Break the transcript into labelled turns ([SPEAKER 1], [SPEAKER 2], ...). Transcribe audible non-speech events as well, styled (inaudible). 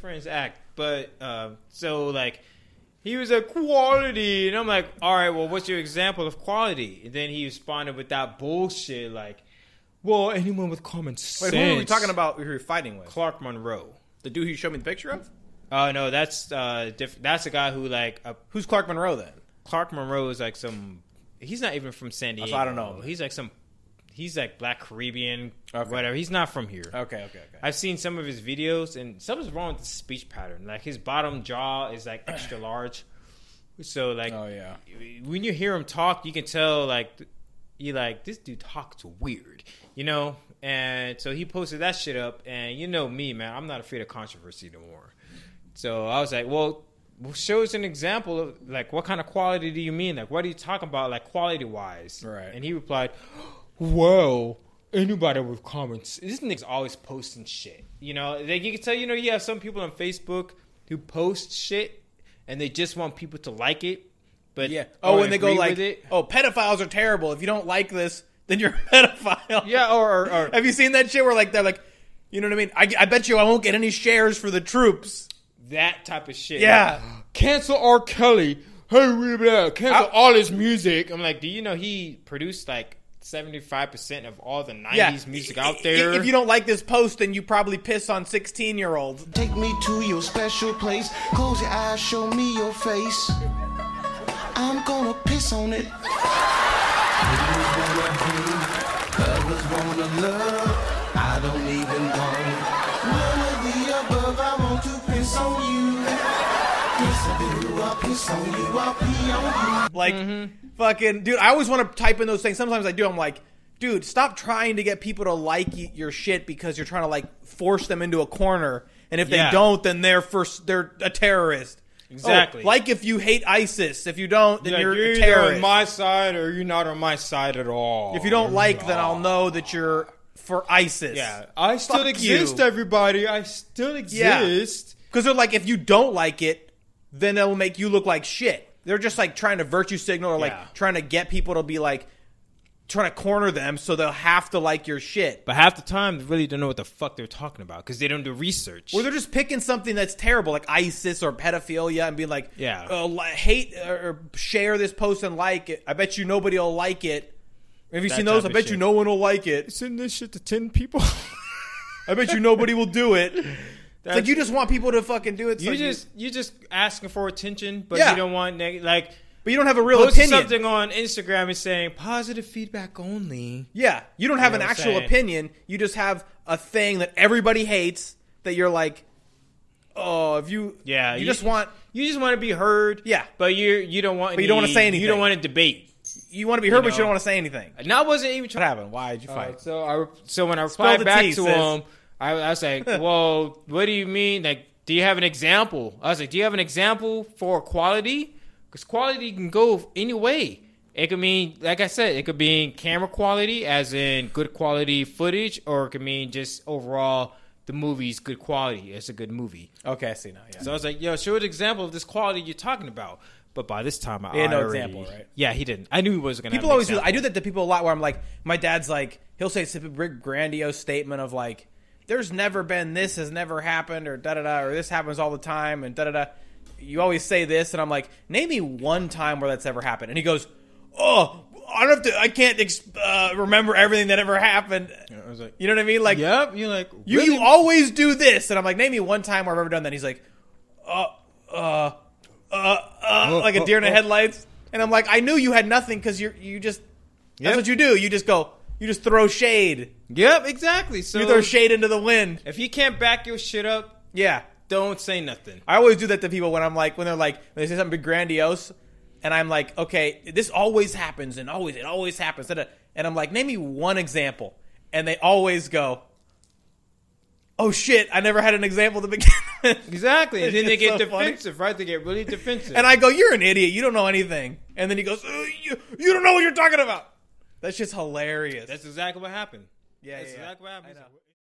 [SPEAKER 1] friends act, but uh, so like he was like quality, and I'm like, all right, well, what's your example of quality? And then he responded with that bullshit, like, well, anyone with common sense.
[SPEAKER 2] Wait, who were we talking about? Who we were fighting with?
[SPEAKER 1] Clark Monroe.
[SPEAKER 2] The dude who showed me the picture of?
[SPEAKER 1] Oh no, that's uh, diff- that's a guy who like uh,
[SPEAKER 2] Who's Clark Monroe then?
[SPEAKER 1] Clark Monroe is like some. He's not even from San Diego.
[SPEAKER 2] why I don't know.
[SPEAKER 1] He's like some. He's like black Caribbean,
[SPEAKER 2] Okay.
[SPEAKER 1] whatever. He's not from here.
[SPEAKER 2] Okay, okay, okay.
[SPEAKER 1] I've seen some of his videos, and something's wrong with his speech pattern. Like his bottom jaw is
[SPEAKER 2] (clears throat)
[SPEAKER 1] like extra large, so like
[SPEAKER 2] oh yeah.
[SPEAKER 1] when you hear him talk, you can tell like you like this dude talks weird, you know. And so he posted that shit up, and you know me, man, I'm not afraid of controversy no more. So I was like, well, show us an example of like what kind of quality do you mean? Like, what are you talking about? Like quality wise,
[SPEAKER 2] Right.
[SPEAKER 1] And he replied, well. Anybody with comments, this nigga's always posting shit. You know, like you can tell. You know, you have some people on Facebook who post shit, and they just want people to like it. But
[SPEAKER 2] Yeah.
[SPEAKER 1] or
[SPEAKER 2] Oh, and they go
[SPEAKER 1] agree
[SPEAKER 2] like,
[SPEAKER 1] with it.
[SPEAKER 2] "Oh, pedophiles are terrible. If you don't like this, then you're a pedophile."
[SPEAKER 1] yeah, or, or, or
[SPEAKER 2] (laughs) Have you seen that shit where like they're like, you know what I mean? I, I bet you I won't get any shares for the troops.
[SPEAKER 1] that type of shit.
[SPEAKER 2] Yeah.
[SPEAKER 1] Like, (gasps) cancel R. Kelly. Hey, blah, blah, cancel all his music. I'm like, do you know he produced like 75 percent of all the 90s
[SPEAKER 2] Yeah.
[SPEAKER 1] music
[SPEAKER 2] I-
[SPEAKER 1] out
[SPEAKER 2] I-
[SPEAKER 1] there?
[SPEAKER 2] If you don't like this post, then you probably piss on sixteen year olds.
[SPEAKER 3] Take me to your special place. Close your eyes, show me your face. I'm gonna piss on it. Others wanna hate, others wanna love. I don't even want it. None of the above. I want to piss on you. Piss on you, I piss on you, I pee on you.
[SPEAKER 2] Like,
[SPEAKER 1] Mm-hmm.
[SPEAKER 2] fucking dude, I always want to type in those things. Sometimes I do. I'm like, dude, stop trying to get people to like y- your shit because you're trying to like force them into a corner. And if
[SPEAKER 1] Yeah.
[SPEAKER 2] they don't, then they're first they're a terrorist. Oh,
[SPEAKER 1] Exactly.
[SPEAKER 2] like if you hate ISIS, if you don't, then
[SPEAKER 1] Like,
[SPEAKER 2] you're,
[SPEAKER 1] you're,
[SPEAKER 2] a
[SPEAKER 1] either
[SPEAKER 2] terrorist.
[SPEAKER 1] on my side or you're not on my side at all.
[SPEAKER 2] if you don't like, then I'll know that you're for ISIS.
[SPEAKER 1] yeah, I still
[SPEAKER 2] Fuck
[SPEAKER 1] exist,
[SPEAKER 2] you.
[SPEAKER 1] everybody. I still exist.
[SPEAKER 2] Because they're like, if you don't like it, then it'll make you look like shit. They're just like trying to virtue signal or like
[SPEAKER 1] Yeah.
[SPEAKER 2] trying to get people to be like, trying to corner them so they'll have to like your shit.
[SPEAKER 1] But half the time, they really don't know what the fuck they're talking about because they don't do research.
[SPEAKER 2] Or they're just picking something that's terrible, like ISIS or pedophilia, and being like,
[SPEAKER 1] Yeah.
[SPEAKER 2] uh, li- hate or or share this post and like it. I bet you nobody will like it. Have you
[SPEAKER 1] That
[SPEAKER 2] seen those?
[SPEAKER 1] type
[SPEAKER 2] I
[SPEAKER 1] of
[SPEAKER 2] bet
[SPEAKER 1] shit.
[SPEAKER 2] you no one will like it.
[SPEAKER 1] send this shit to 10 people. (laughs)
[SPEAKER 2] I bet you nobody will do it. It's like you just want people to fucking do it. It's
[SPEAKER 1] you
[SPEAKER 2] like
[SPEAKER 1] just you just asking for attention, but
[SPEAKER 2] Yeah.
[SPEAKER 1] you don't want neg- like
[SPEAKER 2] but you don't have a real
[SPEAKER 1] posting
[SPEAKER 2] opinion.
[SPEAKER 1] something on Instagram and saying positive feedback only.
[SPEAKER 2] Yeah, you don't have
[SPEAKER 1] know
[SPEAKER 2] an
[SPEAKER 1] what I'm
[SPEAKER 2] actual
[SPEAKER 1] saying?
[SPEAKER 2] opinion. You just have a thing that everybody hates that you're like, oh, if you
[SPEAKER 1] Yeah,
[SPEAKER 2] you, just want
[SPEAKER 1] you just want to be heard.
[SPEAKER 2] Yeah.
[SPEAKER 1] but you you don't want
[SPEAKER 2] But you don't wanna
[SPEAKER 1] any-
[SPEAKER 2] say anything.
[SPEAKER 1] You don't want to debate.
[SPEAKER 2] you want to be heard, but
[SPEAKER 1] know.
[SPEAKER 2] you don't want to say anything.
[SPEAKER 1] And I wasn't even
[SPEAKER 2] What
[SPEAKER 1] trying.
[SPEAKER 2] happened? Why did you
[SPEAKER 1] to
[SPEAKER 2] fight?
[SPEAKER 1] Uh, So I re- so when I
[SPEAKER 2] Spell
[SPEAKER 1] replied
[SPEAKER 2] the
[SPEAKER 1] back
[SPEAKER 2] tea,
[SPEAKER 1] to
[SPEAKER 2] sis.
[SPEAKER 1] him, I, I was
[SPEAKER 2] (laughs)
[SPEAKER 1] like, "Well, what do you mean? Like, do you have an example?" I was like, "Do you have an example for quality? Because quality can go any way." It could mean, like I said, it could mean camera quality, as in good quality footage, or it could mean just overall the movie's good quality. It's a good movie.
[SPEAKER 2] okay, I see now. Yeah.
[SPEAKER 1] So I was like, yo, show an example of this quality you're talking about. But by this time, I
[SPEAKER 2] had no
[SPEAKER 1] already-
[SPEAKER 2] example, right?
[SPEAKER 1] Yeah, he didn't. I knew he wasn't going to.
[SPEAKER 2] people always do. I do that to people a lot. Where I'm like, my dad's like, he'll say some big grandiose statement of like, "There's never been this has never happened," or da da da, or this happens all the time, and da da da. You always say this, and I'm like, name me one time where that's ever happened. And he goes, "Oh, I don't have to. I can't ex- uh, remember everything that ever happened."
[SPEAKER 1] I was like,
[SPEAKER 2] You know what I mean? Like,
[SPEAKER 1] yep. You're like,
[SPEAKER 2] you
[SPEAKER 1] really?
[SPEAKER 2] you always do this, and I'm like, name me one time where I've ever done that. And he's like, uh, uh, uh, uh, like a deer in the headlights, and I'm like, I knew you had nothing because you you just
[SPEAKER 1] Yep.
[SPEAKER 2] that's what you do. You just go, you just throw shade,
[SPEAKER 1] Yep, exactly.
[SPEAKER 2] you
[SPEAKER 1] So
[SPEAKER 2] throw shade into the wind.
[SPEAKER 1] if you can't back your shit up,
[SPEAKER 2] Yeah,
[SPEAKER 1] don't say nothing.
[SPEAKER 2] I always do that to people when I'm like when they're like when they say something big grandiose, and I'm like, okay, this always happens, and always it always happens, and and I'm like, name me one example, and they always go. Oh shit! I never had an example to begin (laughs) with.
[SPEAKER 1] Exactly. And
[SPEAKER 2] (laughs) It's
[SPEAKER 1] then they get
[SPEAKER 2] just so funny.
[SPEAKER 1] defensive, right? They get really defensive.
[SPEAKER 2] And I go, "You're an idiot. You don't know anything." And then he goes, "Uh, "You you don't know what you're talking about." That's just hilarious.
[SPEAKER 1] That's exactly what happened.
[SPEAKER 2] yeah,
[SPEAKER 1] That's
[SPEAKER 2] yeah, yeah.
[SPEAKER 1] exactly what
[SPEAKER 2] I
[SPEAKER 1] happened.
[SPEAKER 2] know.